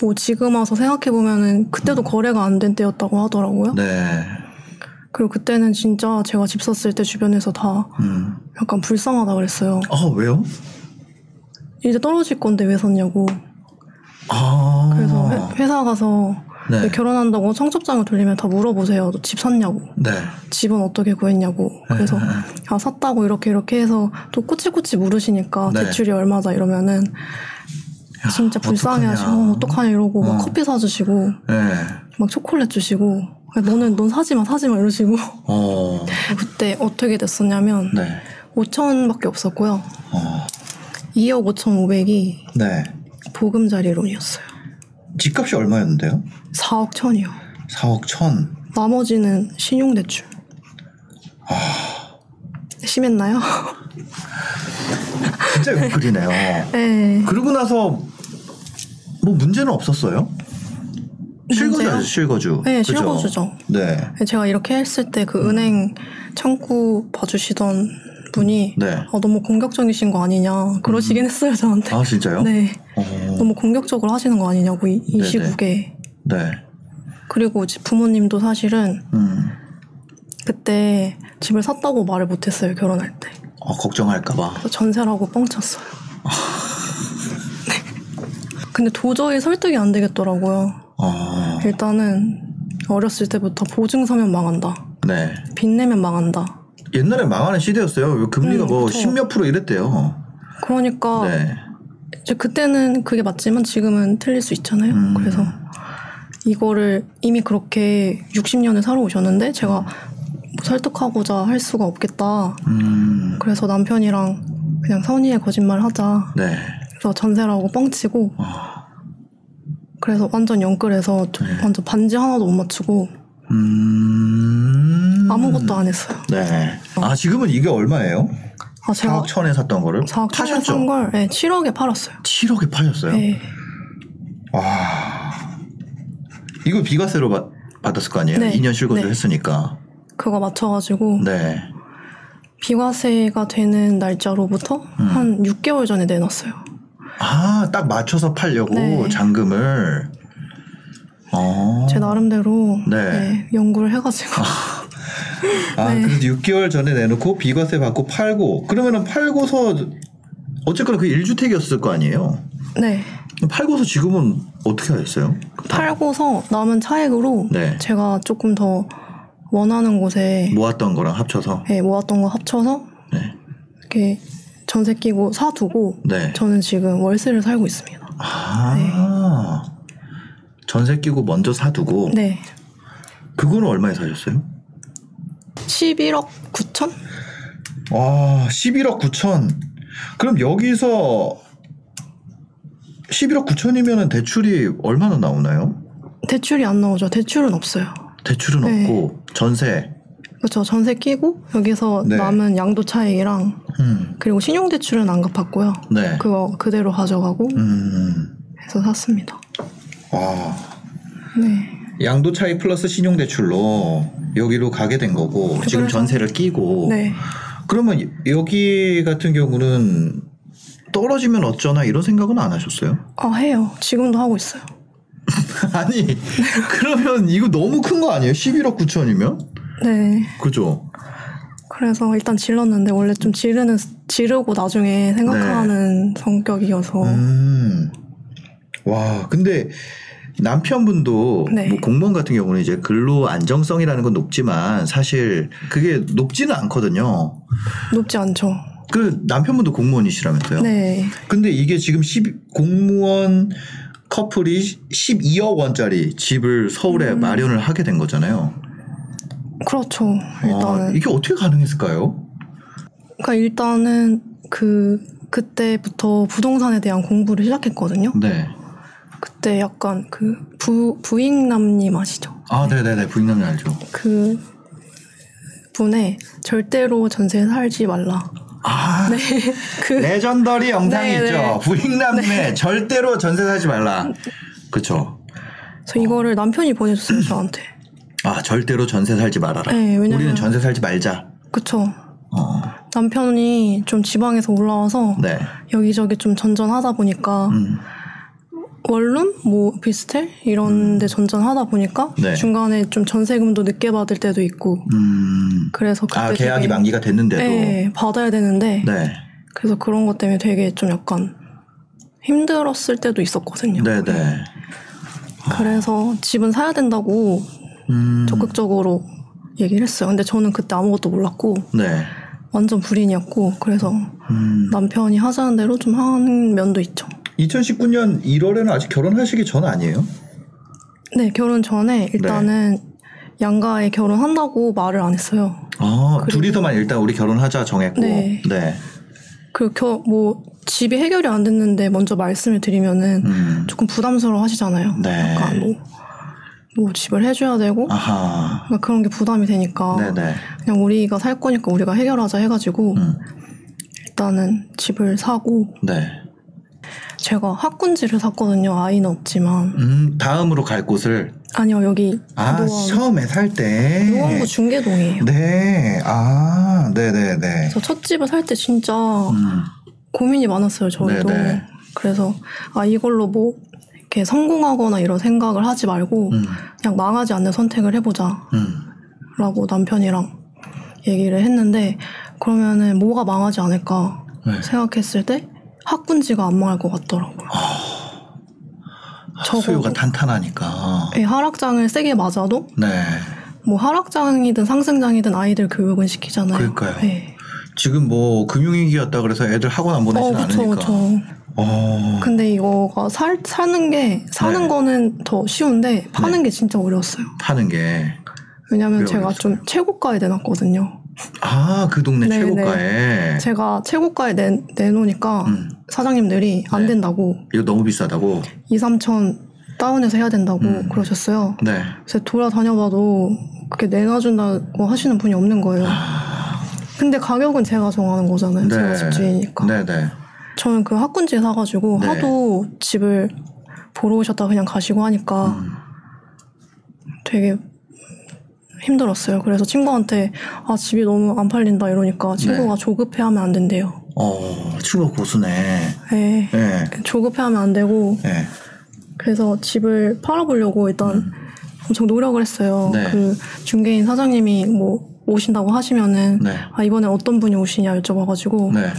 뭐 지금 와서 생각해 보면은 그때도 거래가 안 된 때였다고 하더라고요. 음. 네. 그리고 그때는 진짜 제가 집 샀을 때 주변에서 다 음. 약간 불쌍하다 그랬어요. 아 왜요? 이제 떨어질 건데 왜 샀냐고. 아. 그래서 회- 회사 가서 네. 결혼한다고 청첩장을 돌리면 다 물어보세요. 너집 샀냐고. 네. 집은 어떻게 구했냐고. 그래서 아 샀다고 이렇게 이렇게 해서 또 꼬치꼬치 물으시니까 네. 대출이 얼마다 이러면은 진짜 불쌍해하시고 어떡하냐. 어, 어떡하냐 이러고 어. 막 커피 사주시고 네. 막 초콜릿 주시고 그냥 너는 넌 사지마 사지마 이러시고 어. 그때 어떻게 됐었냐면 네. 5천밖에 없었고요. 어. 2억 5천 5백이 네. 보금자리 론이었어요. 집값이 얼마였는데요? 4억 천이요. 4억 천. 나머지는 신용대출. 아. 심했나요? 진짜 욕글이네요. 네. 그러고 나서 뭐 문제는 없었어요? 문제요? 실거주죠, 실거주. 네, 그죠? 실거주죠. 네. 제가 이렇게 했을 때 그 은행 창구 봐주시던 분이 네. 아, 너무 공격적이신 거 아니냐 그러시긴 했어요 저한테. 아, 진짜요? 네. 어, 너무 공격적으로 하시는 거 아니냐고 이, 이 네네. 시국에. 네. 그리고 이제 부모님도 사실은 음. 그때 집을 샀다고 말을 못했어요 결혼할 때. 어, 걱정할까봐. 그래서 전세라고 뻥쳤어요. 근데 도저히 설득이 안 되겠더라고요. 어, 일단은 어렸을 때부터 보증 서면 망한다. 네. 빚 내면 망한다. 옛날에 망하는 시대였어요. 금리가 음, 뭐 그쵸. 10몇 프로 이랬대요. 그러니까 네. 이제 그때는 그게 맞지만 지금은 틀릴 수 있잖아요. 음. 그래서 이거를 이미 그렇게 60년을 살아오셨는데 제가 뭐 설득하고자 할 수가 없겠다. 음. 그래서 남편이랑 그냥 선의의 거짓말 하자. 네. 그래서 전세라고 뻥치고 어, 그래서 완전 영끌해서 저- 네. 완전 반지 하나도 못 맞추고 음. 아무것도 안 했어요. 네. 아, 지금은 이게 얼마예요? 아 제가 4억 천에 샀던 거를 4억 천에 파셨죠? 산걸 네, 7억에 팔았어요. 7억에 팔렸어요. 네. 와. 이거 비과세로 받, 받았을 거 아니에요? 네. 2년 실거주 네. 했으니까. 그거 맞춰가지고 네. 비과세가 되는 날짜로부터 음. 한 6개월 전에 내놨어요. 아, 딱 맞춰서 팔려고 네. 잔금을. 어. 제 나름대로 네. 네, 연구를 해가지고 아, 네. 그래서 6개월 전에 내놓고 비과세 받고 팔고 그러면은 팔고서 어쨌거나 그게 1주택이었을 거 아니에요. 네 팔고서 지금은 어떻게 하셨어요? 팔고서 남은 차액으로 네. 뭐. 제가 조금 더 원하는 곳에 모았던 거랑 합쳐서. 네, 모았던 거 합쳐서 네. 이렇게 전세 끼고 사두고 네. 저는 지금 월세를 살고 있습니다. 아. 전세 끼고 먼저 사두고 네. 그거는 얼마에 사셨어요? 11억 9천? 와, 11억 9천. 그럼 여기서 11억 9천이면 대출이 얼마나 나오나요? 대출이 안 나오죠. 대출은 없어요. 대출은 네. 없고 전세. 그렇죠. 전세 끼고 여기서 네. 남은 양도 차액이랑 음. 그리고 신용대출은 안 갚았고요. 네. 그거 그대로 가져가고 음. 해서 샀습니다. 와. 네. 양도 차익 플러스 신용 대출로 여기로 가게 된 거고 지금 그래서- 전세를 끼고 네. 그러면 여기 같은 경우는 떨어지면 어쩌나 이런 생각은 안 하셨어요? 아 해요. 지금도 하고 있어요. 아니 그러면 이거 너무 큰 거 아니에요? 11억 9천이면 네. 그죠? 그래서 일단 질렀는데 원래 좀 지르는 지르고 나중에 생각하는 성격이어서 네. 음. 와 근데 남편분도 네. 뭐 공무원 같은 경우는 이제 근로 안정성이라는 건 높지만 사실 그게 높지는 않거든요. 높지 않죠. 그 남편분도 공무원이시라면서요? 네. 근데 이게 지금 10 공무원 커플이 12억 원짜리 집을 서울에 음. 마련을 하게 된 거잖아요. 그렇죠. 와, 일단은 이게 어떻게 가능했을까요? 그러니까 일단은 그 그때부터 부동산에 대한 공부를 시작했거든요. 네. 그때 약간 그 부, 부익남님 아시죠? 아, 네네네. 부인남이 알죠. 그 분의 절대로 전세에 살지 말라. 아, 그 레전더리 영상이 네, 있죠. 네. 부인남의 절대로 전세 사지 말라. 그쵸. 저 이거를 남편이 보내줬어요 저한테. 아, 절대로 전세 살지 말아라. 네, 왜냐면- 우리는 전세 살지 말자. 그쵸. 어, 남편이 좀 지방에서 올라와서 네. 여기저기 좀 전전하다 보니까 음, 원룸, 뭐 오피스텔 이런데 전전하다 보니까 음. 네. 중간에 좀 전세금도 늦게 받을 때도 있고 음. 그래서 그때 아, 계약이 되게- 만기가 됐는데도. 네, 받아야 되는데 네. 그래서 그런 것 때문에 되게 좀 약간 힘들었을 때도 있었거든요. 네네. 그래서 집은 사야 된다고 음, 적극적으로 얘기를 했어요. 근데 저는 그때 아무것도 몰랐고 네. 완전 불인이었고 그래서 음. 남편이 하자는 대로 좀 하는 면도 있죠. 2019년 1월에는 아직 결혼하시기 전 아니에요? 네, 결혼 전에 일단은 네. 양가에 결혼한다고 말을 안 했어요. 아, 그리고- 둘이서만 일단 우리 결혼하자 정했고. 네. 네. 그, 겨, 뭐, 집이 해결이 안 됐는데 먼저 말씀을 드리면은 음. 조금 부담스러워 하시잖아요. 네. 약간 뭐, 뭐 집을 해줘야 되고. 아하. 그러니까 그런 게 부담이 되니까. 네네. 그냥 우리가 살 거니까 우리가 해결하자 해가지고 음. 일단은 집을 사고 네. 제가 학군지를 샀거든요. 아이는 없지만. 음, 다음으로 갈 곳을. 아니요, 여기 아, 노원, 처음에 살 때. 노원구 중계동이에요. 네. 아, 네네네. 그래서 첫 집을 살 때 진짜 음. 고민이 많았어요, 저희도. 네네. 그래서, 아, 이걸로 뭐, 이렇게 성공하거나 이런 생각을 하지 말고, 음. 그냥 망하지 않는 선택을 해보자. 음. 라고 남편이랑 얘기를 했는데, 그러면은 뭐가 망하지 않을까 네. 생각했을 때, 학군지가 안 망할 것 같더라고요. 적어도- 수요가 탄탄하니까. 예, 하락장을 세게 맞아도, 네. 뭐 하락장이든 상승장이든 아이들 교육은 시키잖아요. 그러니까요. 예. 지금 뭐 금융위기였다 그래서 애들 학원 안 어, 보내진 그쵸, 않으니까. 그쵸. 그 어. 근데 이거가 살, 사는 게, 사는 네. 거는 더 쉬운데, 파는 게 진짜 어려웠어요. 타는 게. 왜냐면 왜요? 제가 좀 최고가에 내놨거든요. 아, 그 동네 네, 최고가에. 제가 최고가에 내, 내놓으니까 음. 사장님들이 안 네. 된다고, 이거 너무 비싸다고. 2, 3천 다운해서 해야 된다고 음. 그러셨어요. 네. 그래서 돌아다녀봐도 그렇게 내놔준다고 하시는 분이 없는 거예요. 근데 가격은 제가 정하는 거잖아요. 제가 집주인이니까. 네. 네네. 저는 그 학군지에 사가지고 네. 하도 집을 보러 오셨다가 그냥 가시고 하니까 음. 되게 힘들었어요. 그래서 친구한테 아 집이 너무 안 팔린다 이러니까 친구가 네. 조급해하면 안 된대요. 어, 추억 고수네. 네. 예. 조급해하면 안 되고 예. 그래서 집을 팔아보려고 일단 엄청 노력을 했어요. 음. 네. 그 중개인 사장님이 뭐 오신다고 하시면은 네. 아 이번에 어떤 분이 오시냐 여쭤봐가지고 네.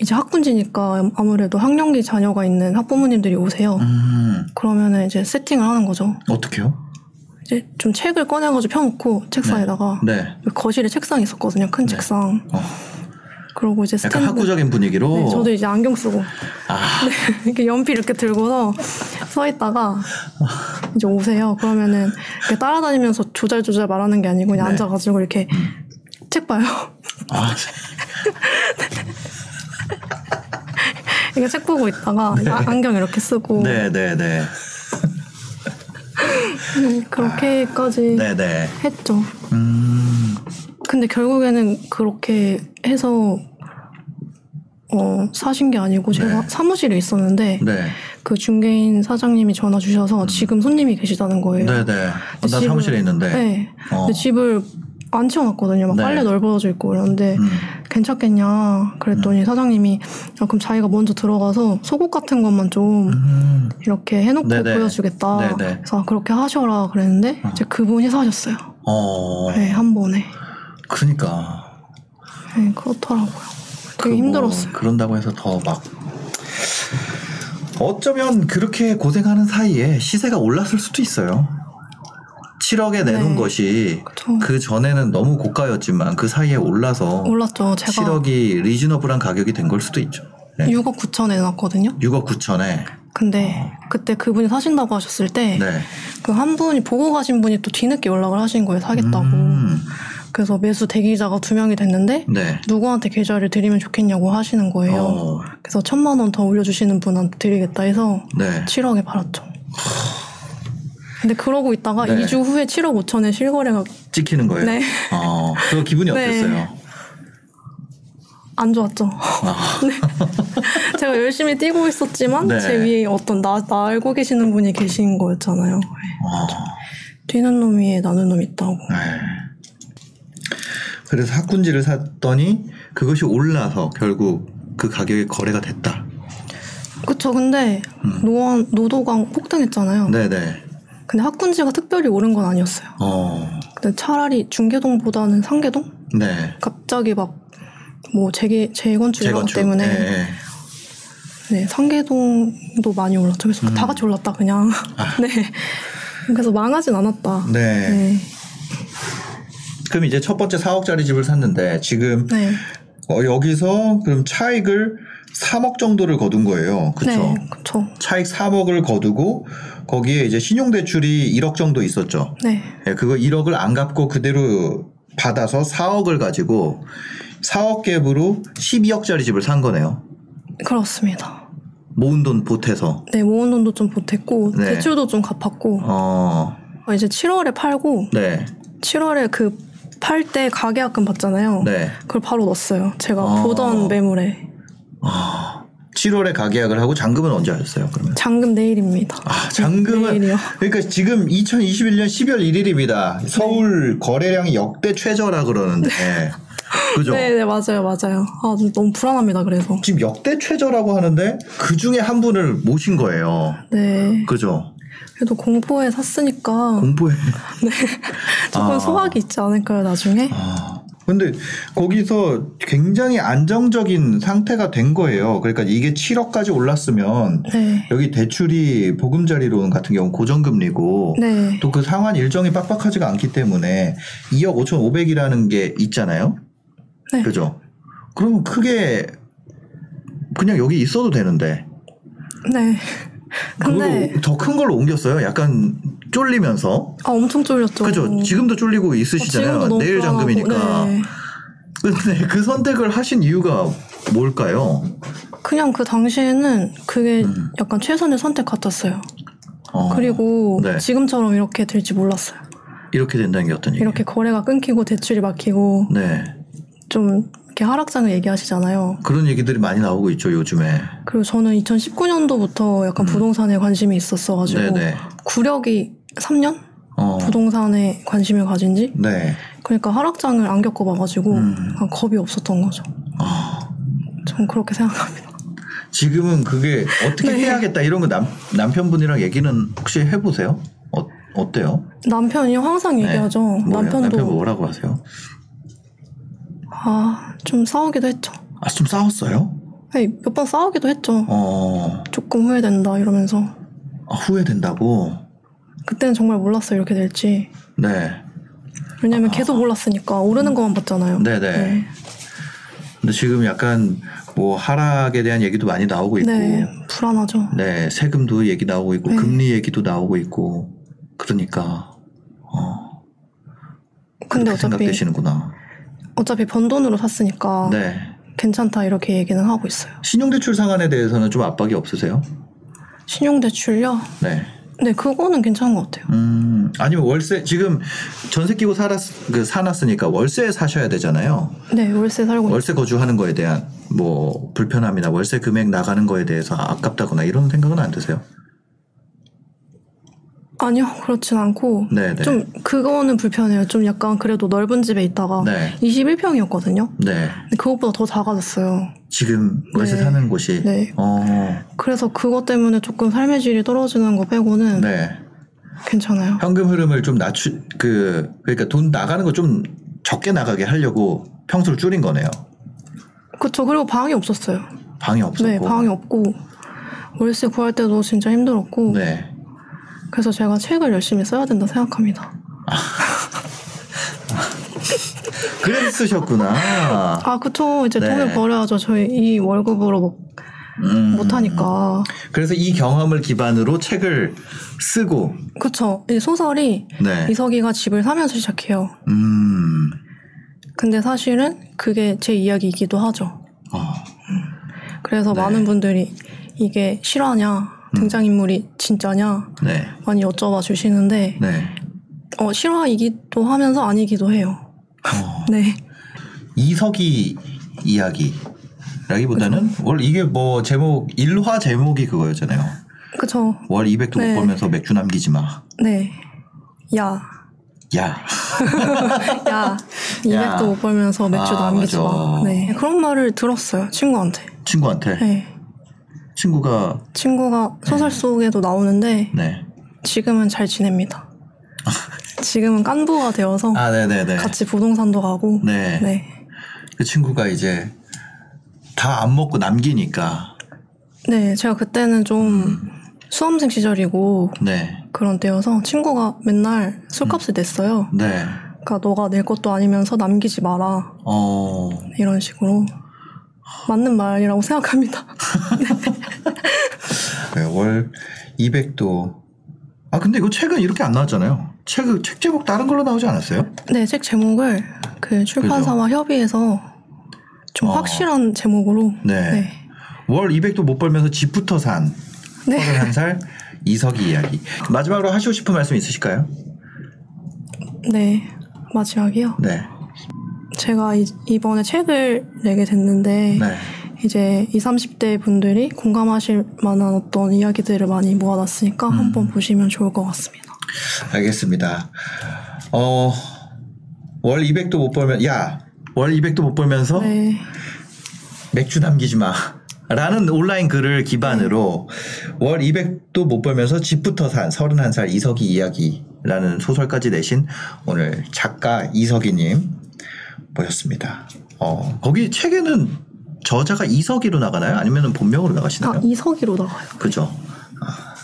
이제 학군지니까 아무래도 학령기 자녀가 있는 학부모님들이 오세요. 음. 그러면은 이제 세팅을 하는 거죠. 어떻게요? 이제 좀 책을 꺼내가지고 펴놓고 책상에다가 네. 거실에 책상이 있었거든요. 큰 네. 책상. 어. 그리고 이제 약간 스탠드. 학구적인 분위기로. 네, 저도 이제 안경 쓰고 어. 네, 아, 이렇게 연필 이렇게 들고서 서 있다가 이제 오세요. 그러면은 이렇게 따라다니면서 조잘조잘 말하는 게 아니고 그냥 네. 앉아가지고 이렇게 책 봐요. 아, 이렇게 책 보고 있다가 아- 안경 이렇게 쓰고 네. 네네네. 음, 그렇게까지 아. 네네. 했죠. 음. 근데 결국에는 그렇게 해서 어, 사신 게 아니고 제가 네. 사무실에 있었는데 네. 음. 그 중개인 사장님이 전화 주셔서 지금 손님이 계시다는 거예요. 네네. 어, 나 지금- 사무실에 있는데. 네. 어. 근데 집을 안 치워놨거든요. 막 네. 빨래 널브러져 있고 이러는데 음. 괜찮겠냐 그랬더니 사장님이 야, 그럼 자기가 먼저 들어가서 속옷 같은 것만 좀 음. 이렇게 해놓고 네네. 보여주겠다. 네네. 아. 그래서 아, 그렇게 하셔라 그랬는데 이제 그분이 사셨어요. 어. 네, 한 번에. 그러니까. 네, 그렇더라고요. 그 되게 뭐 힘들었어요. 그런다고 해서 더 막 어쩌면 그렇게 고생하는 사이에 시세가 올랐을 수도 있어요. 7억에 내놓은 네. 것이 그쵸. 그 전에는 너무 고가였지만 그 사이에 올라서 올랐죠. 제가 7억이 리즈너블한 가격이 된 걸 수도 있죠. 네. 6억 9천에 내놨거든요. 6억 9천에 근데 그때 그분이 사신다고 하셨을 때 그 한 어. 네. 분이 보고 가신 분이 또 뒤늦게 연락을 하신 거예요. 사겠다고. 음, 그래서 매수 대기자가 두 명이 됐는데 네. 누구한테 계좌를 드리면 좋겠냐고 하시는 거예요. 어, 그래서 천만 원 더 올려주시는 분한테 드리겠다 해서 네. 7억에 팔았죠. 근데 그러고 있다가 네. 2주 후에 7억 5천에 실거래가 찍히는 거예요. 네. 어, 그 기분이 네. 어땠어요? 안 좋았죠. 네. 제가 열심히 뛰고 있었지만 아. 네. 제 위에 어떤 나, 나 알고 계시는 분이 계신 거였잖아요. 네. 어, 뛰는 놈 위에 나는 놈 있다고. 네. 그래서 학군지를 샀더니 그것이 올라서 결국 그 가격에 거래가 됐다. 그쵸. 근데 노원 노도가 폭등했잖아요. 음. 네네. 근데 학군지가 특별히 오른 건 아니었어요. 어, 근데 차라리 중계동보다는 상계동 네. 갑자기 막 뭐 재개 재건축 이런 것 때문에 네. 예, 예. 상계동도 많이 올랐죠. 그래서 다 음. 같이 올랐다 그냥. 네. 그래서 망하진 않았다. 아. 네. 네. 그럼 이제 첫 번째 4억짜리 집을 샀는데 지금 네. 어, 여기서 그럼 차익을 3억 정도를 거둔 거예요. 그쵸? 네, 그쵸. 차익 3억을 거두고 거기에 이제 신용대출이 1억 정도 있었죠. 네, 예, 그거 1억을 안 갚고 그대로 받아서 4억을 가지고 4억 갭으로 12억짜리 집을 산 거네요. 그렇습니다. 모은 돈 보태서. 네, 모은 돈도 좀 보탰고 네. 대출도 좀 갚았고 어, 어, 이제 7월에 팔고 네, 7월에 그 팔 때 가계약금 받잖아요. 네. 그걸 바로 넣었어요. 제가 아. 보던 매물에 7월에 가계약을 하고 잔금은 언제 하셨어요? 그러면? 잔금 내일입니다. 아, 잔금은 내일이요. 그러니까 지금 2021년 12월 1일입니다. 서울 거래량이 역대 최저라 그러는데 그죠? 네, 네 맞아요, 맞아요. 아, 좀 너무 불안합니다. 그래서 지금 역대 최저라고 하는데 그 중에 한 분을 모신 거예요. 네, 그죠? 그래도 공포에 샀으니까 네. 공부해. 조금 아. 소확이 있지 않을까요 나중에? 아, 근데 거기서 굉장히 안정적인 상태가 된 거예요. 그러니까 이게 7억까지 올랐으면 네, 여기 대출이 보금자리론 같은 경우 고정금리고 네, 또 그 상환 일정이 빡빡하지가 않기 때문에 2억 5,500이라는 게 있잖아요. 네. 그죠? 그럼 크게 그냥 여기 있어도 되는데 네. 근데 그걸 더 큰 걸로 옮겼어요. 약간 쫄리면서 아 엄청 쫄렸죠. 어, 그죠? 지금도 쫄리고 있으시잖아요. 내일 불안하고, 잔금이니까. 네. 근데 그 선택을 하신 이유가 뭘까요? 그냥 그 당시에는 그게 약간 최선의 선택 같았어요. 음. 어, 그리고 네. 지금처럼 이렇게 될지 몰랐어요. 이렇게 된다는 게 어떤 얘기? 이렇게 거래가 끊기고 대출이 막히고 네 좀 이렇게 하락장을 얘기하시잖아요. 그런 얘기들이 많이 나오고 있죠 요즘에. 그리고 저는 2019년도부터 약간 부동산에 관심이 있었어가지고 음. 네네. 구력이 3년 어. 부동산에 관심을 가진지 네. 그러니까 하락장을 안 겪어봐가지고 음. 그냥 겁이 없었던 거죠. 어. 전 그렇게 생각합니다. 지금은 그게 어떻게 네. 해야겠다 이런 거 남, 남편분이랑 얘기는 혹시 해보세요? 어, 어때요? 남편이 항상 네. 얘기하죠. 뭐예요? 남편도 남편분 뭐라고 하세요? 아, 좀 싸우기도 했죠. 아, 좀 싸웠어요? 몇 번 싸우기도 했죠. 어, 조금 후회된다 이러면서. 아, 후회된다고? 그때는 정말 몰랐어요, 이렇게 될지. 네. 왜냐면 계속 몰랐으니까 오르는 것만 봤잖아요. 아. 네네. 근데 지금 약간 뭐 하락에 대한 얘기도 많이 나오고 네. 있고, 네, 네, 불안하죠. 세금도 얘기 나오고 있고, 네. 금리 얘기도 나오고 있고, 그러니까, 어, 그렇게 근데 어차피, 생각되시는구나. 어차피 번 돈으로 샀으니까 네. 괜찮다 이렇게 얘기는 하고 있어요. 신용대출 상한에 대해서는 좀 압박이 없으세요? 신용대출요? 네. 네, 그거는 괜찮은 것 같아요. 음, 아니면 월세 지금 전세 끼고 살았 그 사놨으니까 월세 사셔야 되잖아요. 네, 월세 살고. 월세 거주하는 거에 대한 뭐 불편함이나 월세 금액 나가는 거에 대해서 아깝다거나 이런 생각은 안 드세요? 아니요, 그렇진 않고. 네, 네. 좀, 그거는 불편해요. 좀 약간 그래도 넓은 집에 있다가. 네. 21평이었거든요. 네. 근데 그것보다 더 작아졌어요. 지금 월세 네. 사는 곳이 네. 어. 그래서 그것 때문에 조금 삶의 질이 떨어지는 거 빼고는 네. 괜찮아요. 현금 흐름을 좀 낮추 그 그러니까 돈 나가는 거 좀 적게 나가게 하려고 평수를 줄인 거네요. 그쵸. 그리고 방이 없었어요. 방이 없었고. 네, 방이 없고. 월세 구할 때도 진짜 힘들었고. 네. 그래서 제가 책을 열심히 써야 된다 생각합니다. 그랬으셨구나. 아, 그쵸. 이제 네. 돈을 벌어야죠. 저희 이 월급으로 못, 음. 뭐- 못하니까. 그래서 이 경험을 기반으로 책을 쓰고 그쵸. 이 소설이 네. 이석이가 집을 사면서 시작해요. 음. 근데 사실은 그게 제 이야기이기도 하죠. 어. 그래서 네. 음. 많은 분들이 이게 실화냐, 등장인물이 진짜냐 네. 많이 여쭤봐 주시는데 네. 어, 실화이기도 하면서 아니기도 해요. 어, 네. 이석이 이야기라기보다는 원래 이게 뭐 제목 일화 제목이 그거였잖아요. 그쵸. 월 200도 네. 못 벌면서 맥주 남기지 마. 네. 야. 야. 야, 200도 못 벌면서 맥주 아, 남기지 마. 맞아. 네. 그런 말을 들었어요, 친구한테. 친구한테 네. 친구가 친구가 소설 속에도 나오는데, 네. 지금은 잘 지냅니다. 지금은 깐부가 되어서 아, 네, 네, 네. 같이 부동산도 가고, 네. 네. 그 친구가 이제 다 안 먹고 남기니까 네, 제가 그때는 좀 음. 수험생 시절이고, 네. 그런 때여서 친구가 맨날 술값을 냈어요. 네. 그러니까 너가 낼 것도 아니면서 남기지 마라. 어. 이런 식으로. 맞는 말이라고 생각합니다. 네, 월 200도 아, 근데 이거 책은 이렇게 안 나왔잖아요. 책, 책 제목 다른 걸로 나오지 않았어요? 네, 책 제목을 그 출판사와 협의해서 좀 어. 확실한 제목으로 네. 네. 월 200도 못 벌면서 집부터 산 네. 31살 이석이 이야기. 마지막으로 하시고 싶은 말씀 있으실까요? 네. 마지막이요. 네. 제가 이, 번에 책을 내게 됐는데 네. 이제 20, 30대 분들이 공감하실 만한 어떤 이야기들을 많이 모아놨으니까 한번 보시면 좋을 것 같습니다. 알겠습니다. 어, 월 200도 못 벌면, 야, 월 200도 못 벌면서 네. 맥주 남기지 마. 라는 온라인 글을 기반으로 월 200도 못 벌면서 집부터 산 31살 이석이 이야기라는 소설까지 내신 오늘 작가 이석이님 모셨습니다. 어, 거기 책에는 저자가 이석이로 나가나요? 아니면 본명으로 나가시나요? 아, 이석이로 나와요. 그죠? 아,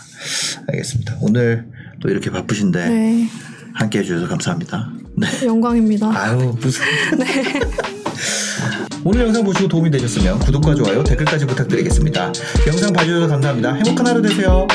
알겠습니다. 오늘 또 이렇게 바쁘신데 네. 함께 해주셔서 감사합니다. 네. 영광입니다. 아유 무슨 오늘 영상 보시고 도움이 되셨으면 구독과 좋아요 댓글까지 부탁드리겠습니다. 영상 봐주셔서 감사합니다. 행복한 하루 되세요.